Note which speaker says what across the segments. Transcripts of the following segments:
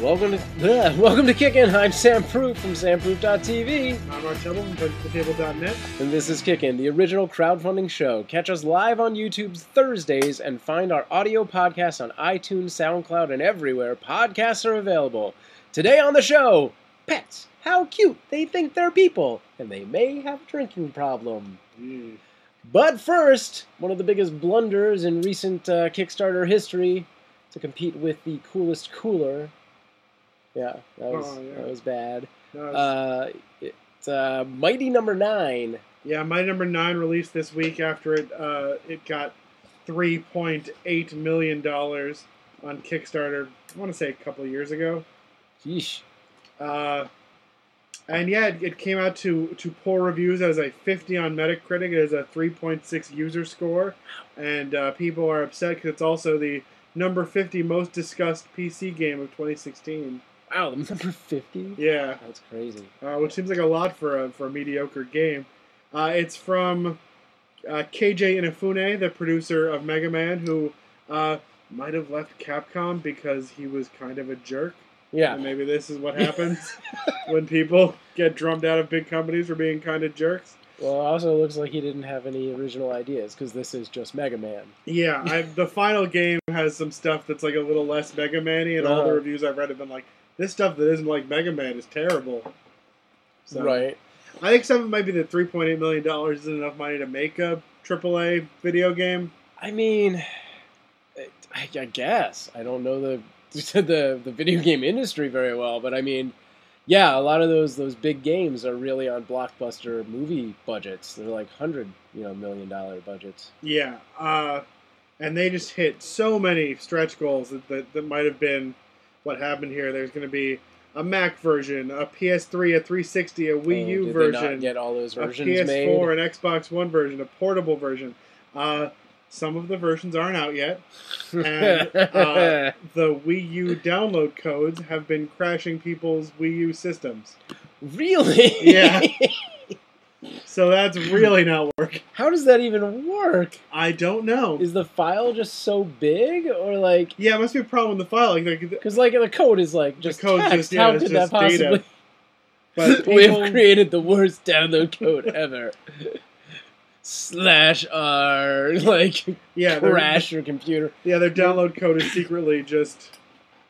Speaker 1: Welcome to bleh, welcome to Kickin. I'm Sam Proof from SamProof.tv,
Speaker 2: I'm Marcello from PrintTheTable.net.
Speaker 1: and this is Kickin, the original crowdfunding show. Catch us live on YouTube Thursdays, and find our audio podcast on iTunes, SoundCloud, and everywhere podcasts are available. Today on the show, pets. How cute they think they're people, and they may have a drinking problem.
Speaker 2: Mm.
Speaker 1: But first, one of the biggest blunders in recent uh, Kickstarter history to compete with the coolest cooler. Yeah, that was
Speaker 2: Oh, yeah.
Speaker 1: that was bad.
Speaker 2: No, it's-
Speaker 1: Uh, it's uh, Mighty Number Nine.
Speaker 2: yeah, my number nine released this week after it uh, it got three point eight million dollars on Kickstarter. I want to say a couple of years ago,
Speaker 1: Yeesh.
Speaker 2: uh, and yeah, it, it came out to to poor reviews as a fifty on Metacritic. It has a three point six user score, and uh, people are upset because it's also the number fifty most discussed PC game of 2016.
Speaker 1: Wow, the number fifty.
Speaker 2: Yeah.
Speaker 1: That's crazy.
Speaker 2: uh, which seems like a lot for a, for a mediocre game. Uh, it's from uh, KJ Inafune, the producer of Mega Man, who uh, might have left Capcom because he was kind of a jerk.
Speaker 1: Yeah.
Speaker 2: And maybe this is what happens when people get drummed out of big companies for being kind of jerks.
Speaker 1: Well, it also looks like he didn't have any original ideas because this is just Mega Man.
Speaker 2: Yeah, I, the final game has some stuff that's like a little less Mega Man-y, and all the
Speaker 1: Uh-huh.
Speaker 2: reviews I've read have been like, "This stuff that isn't like Mega Man is terrible." So-
Speaker 1: Right.
Speaker 2: I think some of it might be that three point eight million dollars isn't enough money to make a AAA video game.
Speaker 1: I mean, it- I, I guess I don't know the the the video game industry very well, but I mean, yeah, a lot of those those big games are really on blockbuster movie budgets. They're like hundred you know million dollar budgets.
Speaker 2: Yeah, uh, and they just hit so many stretch goals that that, that might have been what happened here. There's going to be a Mac version, a PS3, a 360, a Wii
Speaker 1: Oh,
Speaker 2: U
Speaker 1: did They not
Speaker 2: version,
Speaker 1: get all those
Speaker 2: a
Speaker 1: versions
Speaker 2: PS4,
Speaker 1: made.
Speaker 2: an Xbox One version, a portable version. Uh, some of the versions aren't out yet. and, uh, The Wii U download codes have been crashing people's Wii U systems.
Speaker 1: really?
Speaker 2: Yeah. So that's really not working.
Speaker 1: How does that even work?
Speaker 2: I don't know.
Speaker 1: Is the file just so big, or like,
Speaker 2: Yeah, it must be a problem with the file. Like, like,
Speaker 1: because like the code is like just
Speaker 2: code's
Speaker 1: text.
Speaker 2: just- yeah,
Speaker 1: How
Speaker 2: it's
Speaker 1: could that
Speaker 2: just data.
Speaker 1: possibly?
Speaker 2: but
Speaker 1: We've
Speaker 2: people,
Speaker 1: created the worst download code ever. Slash R, like
Speaker 2: yeah, their-
Speaker 1: crash your computer.
Speaker 2: yeah, their download code is secretly just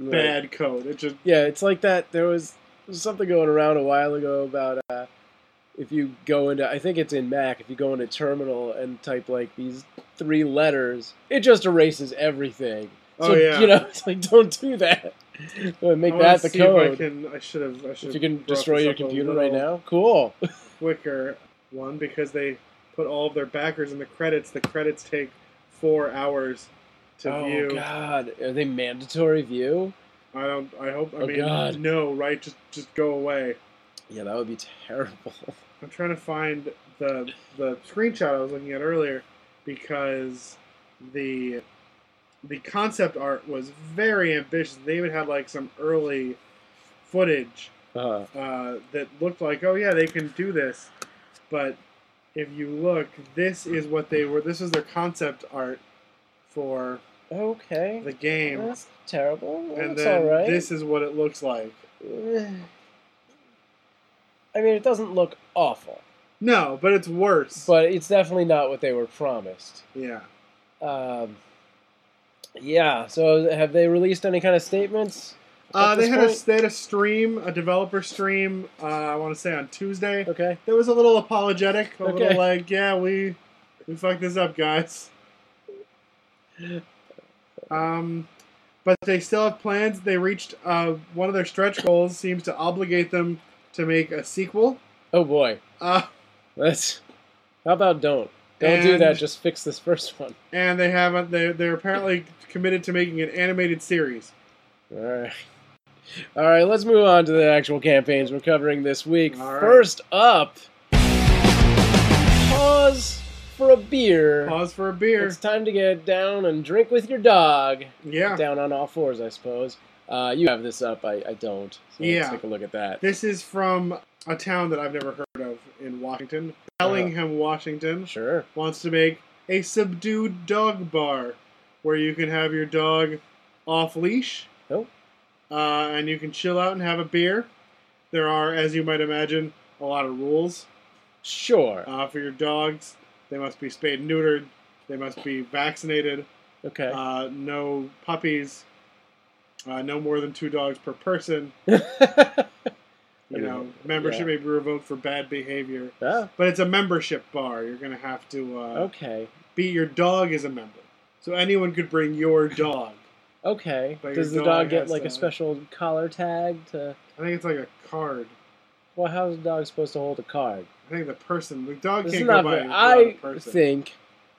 Speaker 1: Like,
Speaker 2: bad code. It just
Speaker 1: Yeah, it's like that. There was there was something going around a while ago about uh, if you go into, I think it's in Mac, if you go into terminal and type like these three letters, it just erases everything. So,
Speaker 2: Oh, yeah.
Speaker 1: You know, it's like don't do that. Make
Speaker 2: I wanna
Speaker 1: that the
Speaker 2: see if
Speaker 1: code.
Speaker 2: I can. I should have. I should.
Speaker 1: if you can destroy your computer right now, cool.
Speaker 2: Quicker one because they put all of their backers in the credits. The credits take four hours to
Speaker 1: oh
Speaker 2: view.
Speaker 1: God, are they mandatory view?
Speaker 2: I don't. I hope. I
Speaker 1: Oh,
Speaker 2: mean,
Speaker 1: God.
Speaker 2: no, right? Just just go away.
Speaker 1: Yeah, that would be terrible.
Speaker 2: I'm trying to find the the screenshot I was looking at earlier because the the concept art was very ambitious. They even had like some early footage
Speaker 1: Uh,
Speaker 2: uh, that looked like, oh yeah, they can do this. But if you look, this is what they were. This is their concept art for
Speaker 1: okay,
Speaker 2: the game,
Speaker 1: that's terrible.
Speaker 2: and
Speaker 1: that's
Speaker 2: then
Speaker 1: all right.
Speaker 2: this is what it looks like.
Speaker 1: I mean, it doesn't look awful,
Speaker 2: No, but it's worse.
Speaker 1: but it's definitely not what they were promised.
Speaker 2: yeah.
Speaker 1: Um, yeah. So, have they released any kind of statements? at
Speaker 2: Uh, they
Speaker 1: this
Speaker 2: had a,
Speaker 1: point?
Speaker 2: they had a stream, a developer stream. Uh, I want to say on Tuesday.
Speaker 1: okay.
Speaker 2: That was a little apologetic, a
Speaker 1: Okay.
Speaker 2: little like, yeah, we we fucked this up, guys. Um, but they still have plans. They reached uh, one of their stretch goals. Seems to obligate them to make a sequel.
Speaker 1: Oh boy,
Speaker 2: Uh,
Speaker 1: that's. How about don't don't do
Speaker 2: And-
Speaker 1: that? Just fix this first one.
Speaker 2: and they haven't. They they're apparently committed to making an animated series.
Speaker 1: All right. All right, let's move on to the actual campaigns we're covering this week.
Speaker 2: All right.
Speaker 1: First up, pause for a beer.
Speaker 2: Pause for a beer.
Speaker 1: It's time to get down and drink with your dog.
Speaker 2: Yeah.
Speaker 1: Down on all fours, I suppose. Uh, you have this up. I, I don't. So Let's
Speaker 2: Yeah.
Speaker 1: take a look at that.
Speaker 2: This is from a town that I've never heard of in Washington.
Speaker 1: Uh-huh.
Speaker 2: Bellingham, Washington.
Speaker 1: Sure.
Speaker 2: wants to make a subdued dog bar where you can have your dog off leash
Speaker 1: Oh.
Speaker 2: uh, and you can chill out and have a beer. There are, as you might imagine, a lot of rules
Speaker 1: Sure.
Speaker 2: uh, for your dogs. They must be spayed and neutered. They must be vaccinated.
Speaker 1: Okay.
Speaker 2: Uh, no puppies. Uh, no more than two dogs per person. You
Speaker 1: I mean,
Speaker 2: know, membership
Speaker 1: yeah.
Speaker 2: may be revoked for bad behavior.
Speaker 1: Ah,
Speaker 2: But it's a membership bar. You're gonna have to uh,
Speaker 1: okay.
Speaker 2: be your dog is a member. So anyone could bring your dog.
Speaker 1: Okay.
Speaker 2: But your
Speaker 1: Does the
Speaker 2: dog
Speaker 1: dog get
Speaker 2: has
Speaker 1: like a
Speaker 2: to-
Speaker 1: special collar tag to?
Speaker 2: I think it's like a card.
Speaker 1: Well, how's the dog supposed to hold a card?
Speaker 2: I think the person, the dog
Speaker 1: This is
Speaker 2: can't go
Speaker 1: not.
Speaker 2: by.
Speaker 1: Very,
Speaker 2: the
Speaker 1: I
Speaker 2: person.
Speaker 1: think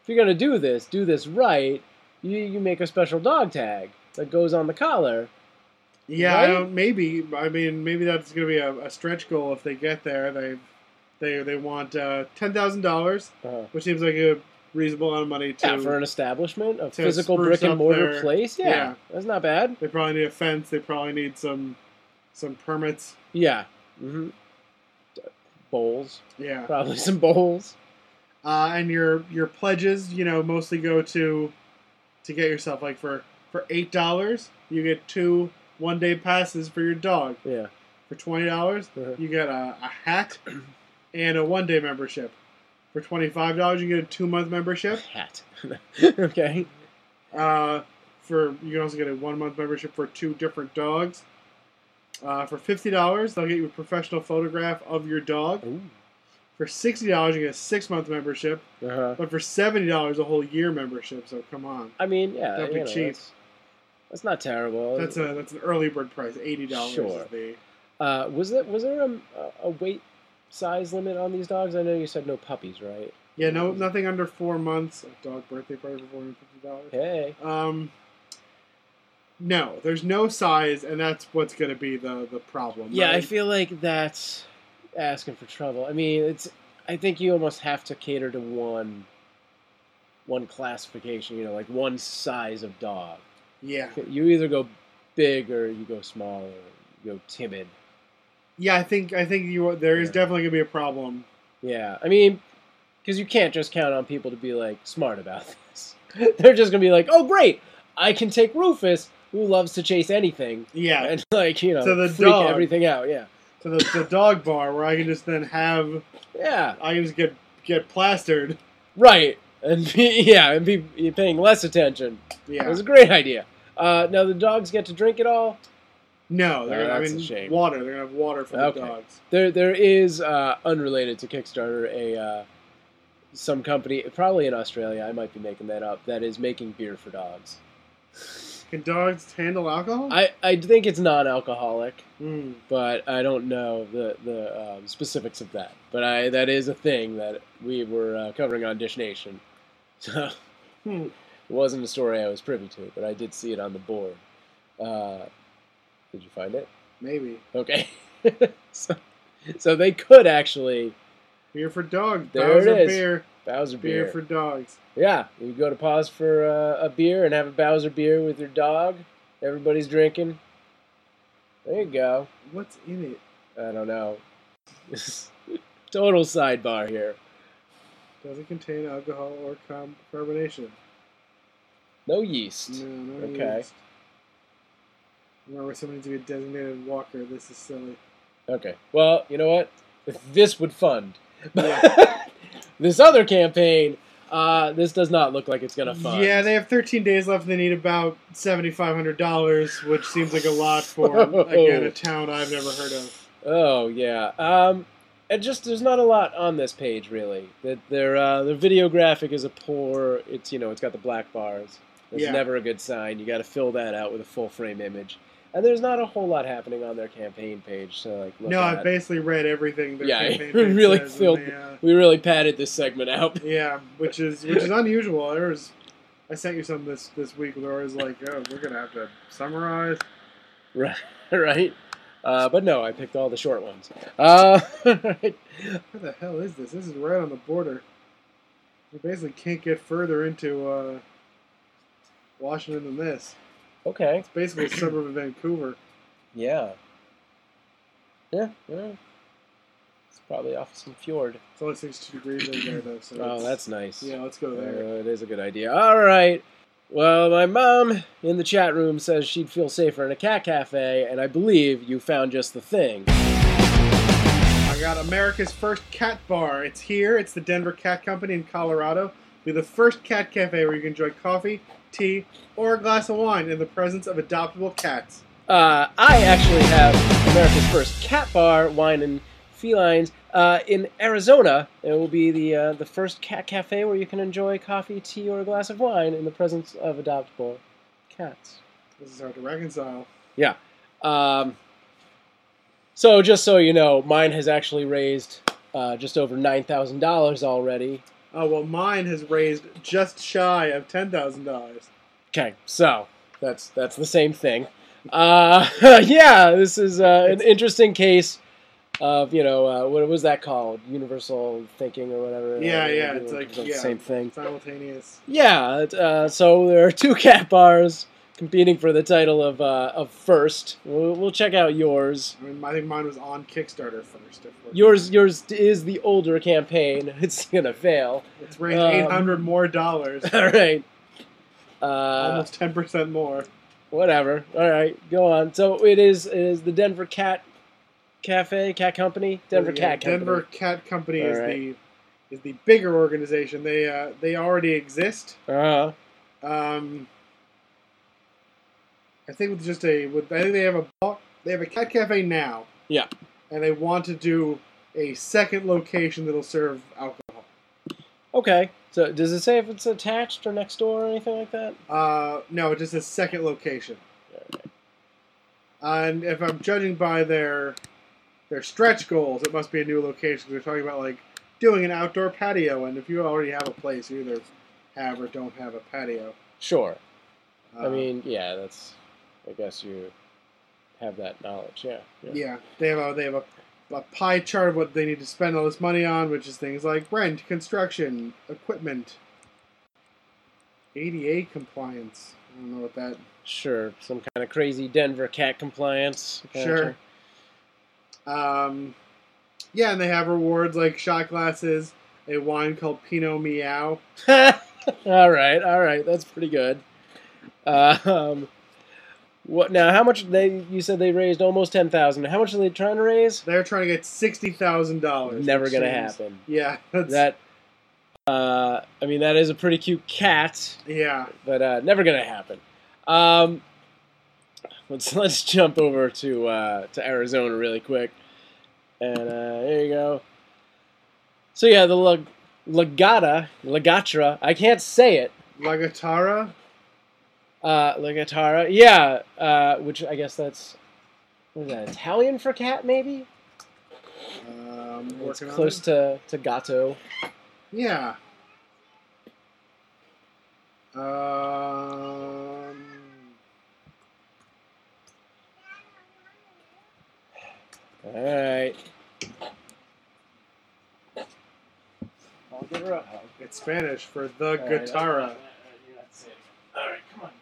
Speaker 1: if you're gonna do this, do this right. You you make a special dog tag that goes on the collar.
Speaker 2: Yeah,
Speaker 1: Right?
Speaker 2: I don't, maybe. I mean, maybe that's going to be a, a stretch goal if they get there. They, they, they want uh, ten thousand dollars,
Speaker 1: Uh,
Speaker 2: which seems like a reasonable amount of money to.
Speaker 1: yeah, for an establishment, a
Speaker 2: to
Speaker 1: physical
Speaker 2: spruce
Speaker 1: brick and
Speaker 2: up
Speaker 1: mortar
Speaker 2: their-
Speaker 1: place. Yeah,
Speaker 2: yeah.
Speaker 1: that's not bad.
Speaker 2: They probably need a fence. They probably need some, some permits.
Speaker 1: Yeah. hmm Bowls,
Speaker 2: Yeah,
Speaker 1: probably some bowls.
Speaker 2: uh, and your your pledges, you know, mostly go to, to get yourself like for for eight dollars, you get two one day passes for your dog.
Speaker 1: Yeah.
Speaker 2: For twenty dollars,
Speaker 1: Uh-huh.
Speaker 2: you get a, a hat and a one day membership. For twenty five dollars, you get a two month membership.
Speaker 1: Hat. okay.
Speaker 2: Uh, for you can also get a one month membership for two different dogs. Uh, for fifty dollars, they'll get you a professional photograph of your dog.
Speaker 1: Ooh.
Speaker 2: For sixty dollars, you get a six month membership.
Speaker 1: Uh-huh.
Speaker 2: But for seventy dollars, a whole year membership. So come on,
Speaker 1: I mean, yeah,
Speaker 2: Don't be
Speaker 1: you know,
Speaker 2: cheap.
Speaker 1: That's, that's not terrible.
Speaker 2: that's a that's an early bird price. Eighty dollars
Speaker 1: Sure.
Speaker 2: is the
Speaker 1: uh, was there was there a, a weight size limit on these dogs? I know you said no puppies, right?
Speaker 2: yeah no nothing under four months. A dog birthday party for four hundred fifty dollars.
Speaker 1: Hey,
Speaker 2: Um, no, there's no size, and that's what's going to be the the problem.
Speaker 1: yeah, I
Speaker 2: right?
Speaker 1: feel like that's asking for trouble. I mean, it's I think you almost have to cater to one one classification, you know, like one size of dog.
Speaker 2: yeah,
Speaker 1: You either go big or you go small or you go timid.
Speaker 2: yeah. I think I think you there is
Speaker 1: Yeah.
Speaker 2: definitely going to be a problem.
Speaker 1: Yeah, I mean, because you can't just count on people to be like smart about this. They're just gonna be like, "Oh, great, I can take Rufus, who loves to chase anything,
Speaker 2: Yeah,
Speaker 1: and like you know,
Speaker 2: So the
Speaker 1: freak
Speaker 2: dog-
Speaker 1: everything out." Yeah,
Speaker 2: to the, the dog bar where I can just then have
Speaker 1: yeah,
Speaker 2: I can just get get plastered.
Speaker 1: right, and be, yeah, and be you're paying less attention. It
Speaker 2: Yeah,
Speaker 1: was a great idea. Uh, now the dogs get to drink it all.
Speaker 2: no, they're
Speaker 1: Oh,
Speaker 2: gonna, I
Speaker 1: that's a
Speaker 2: mean
Speaker 1: shame.
Speaker 2: water. They're going to have water for the
Speaker 1: Okay.
Speaker 2: dogs.
Speaker 1: There, there is uh, unrelated to Kickstarter a uh, some company, probably in Australia. I might be making that up. That is making beer for dogs.
Speaker 2: Can dogs handle alcohol?
Speaker 1: I, I think it's non-alcoholic.
Speaker 2: Mm.
Speaker 1: but I don't know the the um, specifics of that. But I that is a thing that we were uh, covering on Dish Nation, so
Speaker 2: Hmm.
Speaker 1: it wasn't a story I was privy to, but I did see it on the board. Uh, did you find it?
Speaker 2: Maybe
Speaker 1: Okay, so, so they could actually
Speaker 2: beer for dogs.
Speaker 1: There it
Speaker 2: Bowser
Speaker 1: is.
Speaker 2: Beer,
Speaker 1: Bowser
Speaker 2: beer
Speaker 1: beer.
Speaker 2: for dogs.
Speaker 1: yeah, you go to pause for uh, a beer and have a Bowser beer with your dog. Everybody's drinking. There you go.
Speaker 2: What's in it?
Speaker 1: I don't know. Total sidebar here.
Speaker 2: Does it contain alcohol or com- carbonation?
Speaker 1: No yeast.
Speaker 2: No, no
Speaker 1: Okay.
Speaker 2: used. Remember, someone needs to be a designated walker. This is silly.
Speaker 1: Okay. Well, you know what? This would fund.
Speaker 2: Yeah.
Speaker 1: this other campaign, uh, this does not look like it's going to fund.
Speaker 2: Yeah, they have 13 days left. They need about $7,500, which seems like a lot for, again, a town I've never heard of.
Speaker 1: Oh, yeah. Um, it just, there's not a lot on this page, really. That their, uh, their video graphic is a poor, it's, you know, it's got the black bars. It's
Speaker 2: Yeah.
Speaker 1: never a good sign. You got to fill that out with a full frame image. And there's not a whole lot happening on their campaign page. So, like, look
Speaker 2: no,
Speaker 1: at.
Speaker 2: I've basically read everything. Their
Speaker 1: Yeah,
Speaker 2: campaign
Speaker 1: it
Speaker 2: page
Speaker 1: really
Speaker 2: says, and
Speaker 1: filled-
Speaker 2: they, uh,
Speaker 1: we really padded this segment out.
Speaker 2: yeah, which is which is unusual. There was, I sent you some this this week. Where I was like, oh, we're gonna have to summarize.
Speaker 1: Right, right. Uh, but no, I picked all the short ones. Uh, right.
Speaker 2: Where the hell is this? This is right on the border. You basically can't get further into uh, Washington than this.
Speaker 1: Okay.
Speaker 2: It's basically a suburb of Vancouver.
Speaker 1: Yeah. Yeah. yeah. It's probably off some fjord.
Speaker 2: It's only 62 degrees over there, though. So
Speaker 1: Oh,
Speaker 2: it's-
Speaker 1: that's uh, nice.
Speaker 2: yeah. Let's go there.
Speaker 1: Uh, it is a good idea. All right. Well, my mom in the chat room says she'd feel safer in a cat cafe, and I believe you found just the thing.
Speaker 2: I got America's first cat bar. It's here. It's the Denver Cat Company in Colorado. Be the first cat cafe where you can enjoy coffee, tea, or a glass of wine in the presence of adoptable cats.
Speaker 1: Uh, I actually have America's first cat bar, wine and felines, uh, in Arizona. It will be the uh, the first cat cafe where you can enjoy coffee, tea, or a glass of wine in the presence of adoptable cats.
Speaker 2: This is hard to reconcile.
Speaker 1: Um, so just so you know, mine has actually raised uh, just over nine thousand dollars already.
Speaker 2: Oh well, mine has raised just shy of ten thousand dollars.
Speaker 1: Okay, so that's that's the same thing. Uh, yeah, this is uh, an interesting case of you know uh, what was that called? Universal thinking or whatever.
Speaker 2: Yeah, yeah,
Speaker 1: you
Speaker 2: it's
Speaker 1: know,
Speaker 2: like-
Speaker 1: the
Speaker 2: yeah.
Speaker 1: same thing.
Speaker 2: Simultaneous.
Speaker 1: Yeah, it, uh, so there are two cat bars competing for the title of uh, of first. We'll, we'll check out yours.
Speaker 2: I mean, I think mine was on Kickstarter first. if we're-
Speaker 1: Yours yours is the older campaign. It's gonna fail.
Speaker 2: It's raised
Speaker 1: um,
Speaker 2: eight hundred more dollars,
Speaker 1: All right. Uh,
Speaker 2: almost ten percent more.
Speaker 1: whatever. All right, go on. So it is it is the Denver Cat Cafe Cat Company. Denver
Speaker 2: Yeah,
Speaker 1: Cat Company.
Speaker 2: Denver Cat Company
Speaker 1: All
Speaker 2: is
Speaker 1: right.
Speaker 2: the is the bigger organization. They uh, they already exist.
Speaker 1: Uh-huh.
Speaker 2: Um, I think with just a with I think they have a bar, they have a cat cafe now.
Speaker 1: Yeah.
Speaker 2: And they want to do a second location that'll serve alcohol.
Speaker 1: Okay. So does it say if it's attached or next door or anything like that?
Speaker 2: Uh, no, just a second location. And if I'm judging by their their stretch goals, it must be a new location. 'cause They're talking about like doing an outdoor patio, and if you already have a place, you either have or don't have a patio.
Speaker 1: Sure. I
Speaker 2: Uh,
Speaker 1: mean, yeah, that's. I guess you have that knowledge. Yeah.
Speaker 2: Yeah, they have a they have a, a pie chart of what they need to spend all this money on, which is things like rent, construction, equipment, ADA compliance. I don't know what that.
Speaker 1: Sure. Some kind of crazy Denver cat compliance.
Speaker 2: Sure. Um, yeah, and they have rewards like shot glasses, a wine called Pinot Meow.
Speaker 1: all right. All right. That's pretty good. Uh, um, what now? How much they? You said they raised almost ten thousand. How much are they trying to raise?
Speaker 2: They're trying to get sixty thousand dollars.
Speaker 1: Never gonna happen.
Speaker 2: Yeah, that's,
Speaker 1: That. Uh, I mean, that is a pretty cute cat.
Speaker 2: yeah.
Speaker 1: but uh, never gonna happen. Um, let's let's jump over to uh, to Arizona really quick, and uh, here you go. So yeah, the Lag- Legata Legatra. I can't say it.
Speaker 2: Lagatara.
Speaker 1: Uh, Legatara. Yeah, uh, which I guess that's what is that Italian for cat maybe?
Speaker 2: Um,
Speaker 1: It's
Speaker 2: working on
Speaker 1: close
Speaker 2: it.
Speaker 1: to to gatto.
Speaker 2: Yeah. Um,
Speaker 1: All right. I'll give her a hug.
Speaker 2: it's Spanish for the
Speaker 1: All right,
Speaker 2: guitarra.
Speaker 1: you're not safe. All right, come on.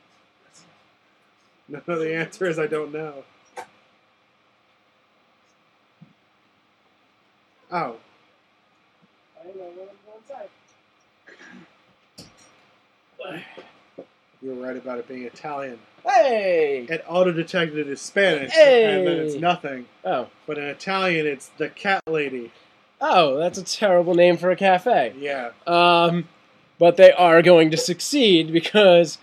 Speaker 2: No, the answer is I don't know. Oh, you were right about it being Italian.
Speaker 1: Hey!
Speaker 2: It auto detected it as Spanish, and then it's
Speaker 1: Hey!
Speaker 2: nothing.
Speaker 1: Oh.
Speaker 2: But in Italian, it's the cat lady.
Speaker 1: Oh, that's a terrible name for a cafe.
Speaker 2: Yeah.
Speaker 1: Um, but they are going to succeed because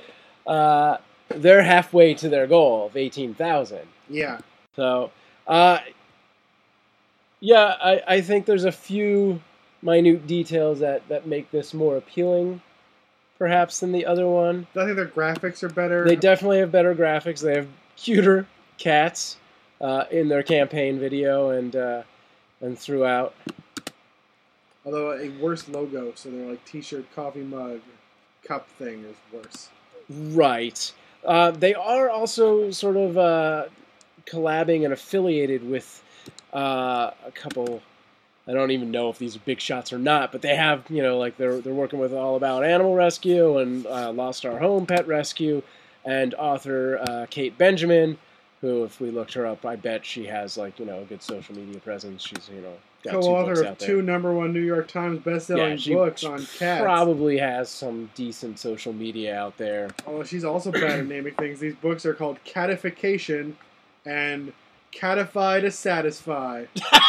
Speaker 1: uh, they're halfway to their goal of 18,000.
Speaker 2: Yeah.
Speaker 1: So, uh, yeah, I, I think there's a few minute details that, that make this more appealing, perhaps, than the other one.
Speaker 2: I think their graphics are better.
Speaker 1: They definitely have better graphics. They have cuter cats uh, in their campaign video and uh, and throughout.
Speaker 2: Although a worse logo, so they're like T-shirt, coffee mug, cup thing is worse.
Speaker 1: Right. Uh, they are also sort of uh, collabing and affiliated with uh, a couple. I don't even know if these are big shots or not, but they have you know like they're they're working with All About Animal Rescue and uh, Lost Our Home Pet Rescue, and author uh, Kate Benjamin, who if we looked her up, I bet she has like you know a good social media presence. She's you know got two books
Speaker 2: co-author
Speaker 1: out
Speaker 2: of
Speaker 1: there.
Speaker 2: two number one New York Times best-selling
Speaker 1: Yeah, she
Speaker 2: books
Speaker 1: she
Speaker 2: on cats.
Speaker 1: probably has some decent social media out there.
Speaker 2: Oh, she's also bad at naming things. These books are called Catification and Catify to Satisfy.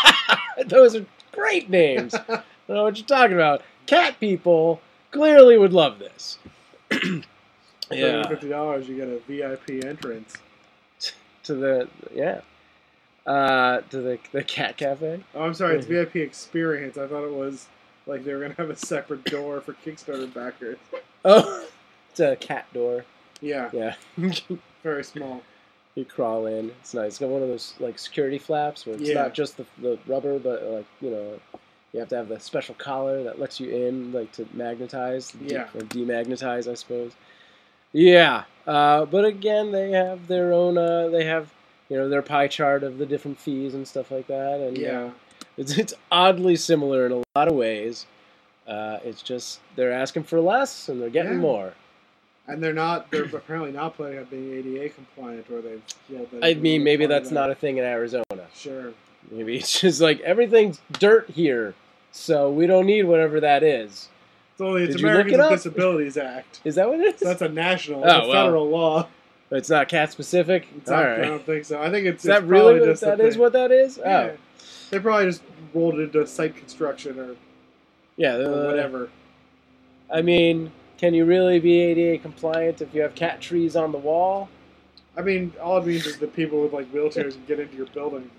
Speaker 1: Those are great names. I
Speaker 2: Cat
Speaker 1: don't know what you're talking about. Cat people clearly would love this. yeah.
Speaker 2: fifty dollars, you get a VIP entrance.
Speaker 1: To the yeah. Uh, to the the cat cafe.
Speaker 2: Oh, I'm sorry, it's
Speaker 1: Mhm.
Speaker 2: VIP experience. I thought it was like they were gonna have a separate door for Kickstarter backers.
Speaker 1: Oh, it's a cat door.
Speaker 2: Yeah,
Speaker 1: Yeah.
Speaker 2: very small.
Speaker 1: You crawl in. It's nice. It's got one of those like security flaps where it's
Speaker 2: Yeah.
Speaker 1: not just the, the rubber, but like you know, you have to have the special collar that lets you in, like to magnetize, de-
Speaker 2: Yeah.
Speaker 1: or demagnetize, I suppose. Yeah, uh, but again, they have their own. Uh, they have you know their pie chart of the different fees and stuff like that, and uh,
Speaker 2: Yeah,
Speaker 1: it's, it's oddly similar in a lot of ways. Uh, it's just they're asking for less and they're getting
Speaker 2: Yeah.
Speaker 1: more.
Speaker 2: and they're not. They're apparently not planning on being ADA compliant, or they've. yelled that
Speaker 1: I
Speaker 2: it's
Speaker 1: mean, maybe
Speaker 2: part of
Speaker 1: that's
Speaker 2: that.
Speaker 1: not a thing in Arizona.
Speaker 2: Sure.
Speaker 1: Maybe it's just like everything's dirt here, so we don't need whatever that is.
Speaker 2: It's only it's
Speaker 1: Did you look
Speaker 2: Americans
Speaker 1: it
Speaker 2: with
Speaker 1: up?
Speaker 2: Disabilities Act.
Speaker 1: Is that what it is?
Speaker 2: So that's a national, it's
Speaker 1: Oh,
Speaker 2: a
Speaker 1: well.
Speaker 2: federal law.
Speaker 1: it's not cat specific.
Speaker 2: It's
Speaker 1: All
Speaker 2: not-
Speaker 1: right.
Speaker 2: I don't think so. I think it's
Speaker 1: Is that
Speaker 2: it's
Speaker 1: really
Speaker 2: probably
Speaker 1: what
Speaker 2: just a
Speaker 1: that is?
Speaker 2: thing.
Speaker 1: What that is?
Speaker 2: Yeah.
Speaker 1: Oh,
Speaker 2: They probably just rolled it into site construction or,
Speaker 1: yeah.
Speaker 2: or
Speaker 1: uh,
Speaker 2: whatever.
Speaker 1: I mean, can you really be ADA compliant if you have cat trees on the wall?
Speaker 2: I mean, all it means is that people with like wheelchairs can get into your building.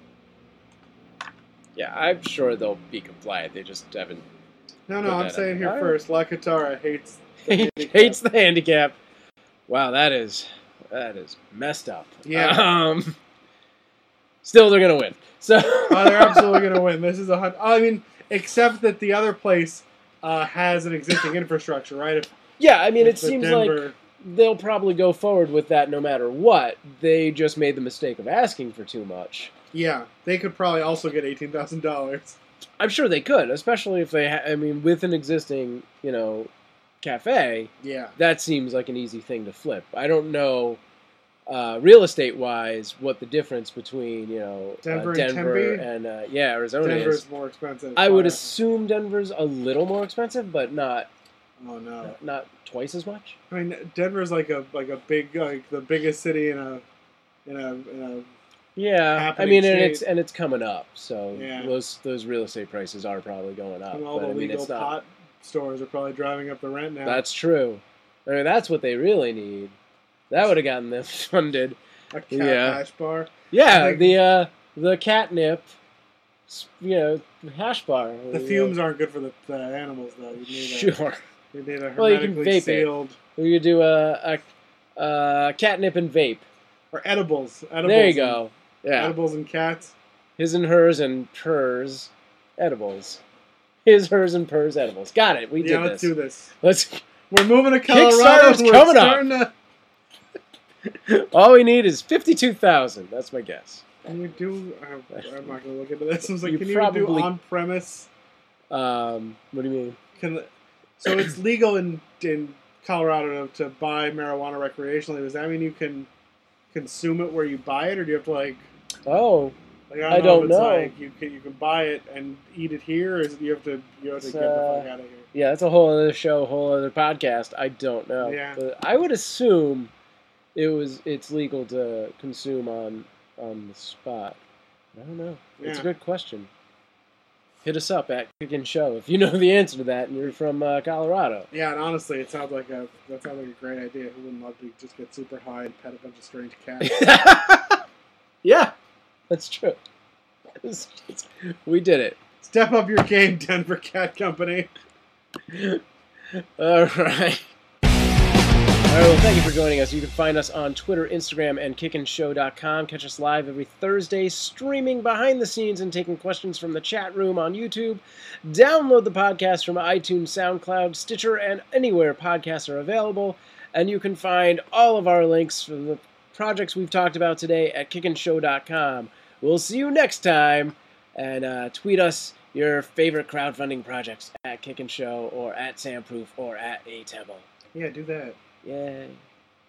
Speaker 1: Yeah, I'm sure they'll be compliant. They just haven't
Speaker 2: No,
Speaker 1: Put
Speaker 2: no, I'm
Speaker 1: that
Speaker 2: saying
Speaker 1: in.
Speaker 2: here
Speaker 1: All right.
Speaker 2: first. La Katara hates. handicap.
Speaker 1: hates the handicap. Wow, that is that is messed up.
Speaker 2: Yeah.
Speaker 1: Um, still, they're gonna win. So
Speaker 2: Oh, they're absolutely gonna win. This is a hundred. I mean, except that the other place uh, has an existing infrastructure, right? If,
Speaker 1: yeah, I mean,
Speaker 2: if
Speaker 1: it
Speaker 2: the
Speaker 1: seems like
Speaker 2: Denver,
Speaker 1: they'll probably go forward with that no matter what. They just made the mistake of asking for too much.
Speaker 2: yeah, they could probably also get eighteen thousand dollars.
Speaker 1: I'm sure they could, especially if they, ha- I mean, with an existing, you know, cafe,
Speaker 2: Yeah,
Speaker 1: that seems like an easy thing to flip. I don't know, uh, real estate wise, what the difference between, you know,
Speaker 2: Denver
Speaker 1: uh,
Speaker 2: and
Speaker 1: Denver
Speaker 2: Tempe?
Speaker 1: and, uh, yeah, Arizona is.
Speaker 2: Denver's more expensive.
Speaker 1: I would
Speaker 2: Uh,
Speaker 1: assume Denver's a little more expensive, but not
Speaker 2: Oh no.
Speaker 1: not twice as much.
Speaker 2: I mean, Denver's like a like a big like the biggest city in a in a, in
Speaker 1: Yeah, I
Speaker 2: happening
Speaker 1: mean, and it's
Speaker 2: state.
Speaker 1: and it's coming up, so
Speaker 2: Yeah.
Speaker 1: those those real estate prices are probably going
Speaker 2: a
Speaker 1: up.
Speaker 2: and
Speaker 1: Uh,
Speaker 2: all
Speaker 1: but
Speaker 2: the
Speaker 1: I mean,
Speaker 2: legal
Speaker 1: it's not.
Speaker 2: pot stores are probably driving up the rent now.
Speaker 1: That's true. I mean, that's what they really need. That would have gotten them funded.
Speaker 2: a cat
Speaker 1: yeah.
Speaker 2: hash bar.
Speaker 1: Yeah,
Speaker 2: I think-
Speaker 1: the uh, the catnip, s- you know, hash bar. uh,
Speaker 2: The fumes aren't good for the, the animals though. You need a,
Speaker 1: Sure.
Speaker 2: you need a hermetically
Speaker 1: Well, you can vape it.
Speaker 2: sealed
Speaker 1: We could do a, a, a catnip and vape.
Speaker 2: or edibles. Edibles.
Speaker 1: there you
Speaker 2: and-
Speaker 1: go. Yeah,
Speaker 2: Edibles and cats.
Speaker 1: his and hers and hers, edibles. His, hers, and pers edibles. Got it. We
Speaker 2: yeah,
Speaker 1: did this.
Speaker 2: let's do this.
Speaker 1: Let's
Speaker 2: We're moving to Colorado.
Speaker 1: Kickstarter's
Speaker 2: We're
Speaker 1: coming up.
Speaker 2: starting to-
Speaker 1: All we need is fifty-two thousand. That's my guess.
Speaker 2: Can you do? I'm, I'm not gonna look into this. I was like,
Speaker 1: You
Speaker 2: can you
Speaker 1: probably-
Speaker 2: do on premise?
Speaker 1: Um, what do you mean?
Speaker 2: Can so it's legal in in Colorado to, to buy marijuana recreationally. Does that mean you can consume it where you buy it, or do you have to like?
Speaker 1: Oh,
Speaker 2: like
Speaker 1: I don't
Speaker 2: if it's
Speaker 1: know.
Speaker 2: Like you can you can buy it and eat it here, or is it you have to you have to
Speaker 1: It's,
Speaker 2: get the
Speaker 1: uh,
Speaker 2: fuck out of here?
Speaker 1: yeah, that's a whole other show, whole other podcast. I don't know.
Speaker 2: Yeah.
Speaker 1: But I would assume it was it's legal to consume on on the spot. I don't know. It's a
Speaker 2: Yeah.
Speaker 1: good question. Hit us up at Kickin Show if you know the answer to that and you're from uh, Colorado.
Speaker 2: Yeah, and honestly, it sounds like a that sounds like a great idea. Who wouldn't love to just get super high and pet a bunch of strange cats?
Speaker 1: yeah, that's true. we did it.
Speaker 2: Step up your game, Denver Cat Company.
Speaker 1: All right. All right. Well, thank you for joining us. You can find us on Twitter, Instagram, and kickinshow.com. Catch us live every Thursday, streaming behind the scenes and taking questions from the chat room on YouTube. Download the podcast from iTunes, SoundCloud, Stitcher, and anywhere podcasts are available. And you can find all of our links for the projects we've talked about today at kickinshow.com. We'll see you next time and uh, tweet us your favorite crowdfunding projects at Kick and Show or at Sandproof or at A Temple.
Speaker 2: Yeah, do that.
Speaker 1: Yay.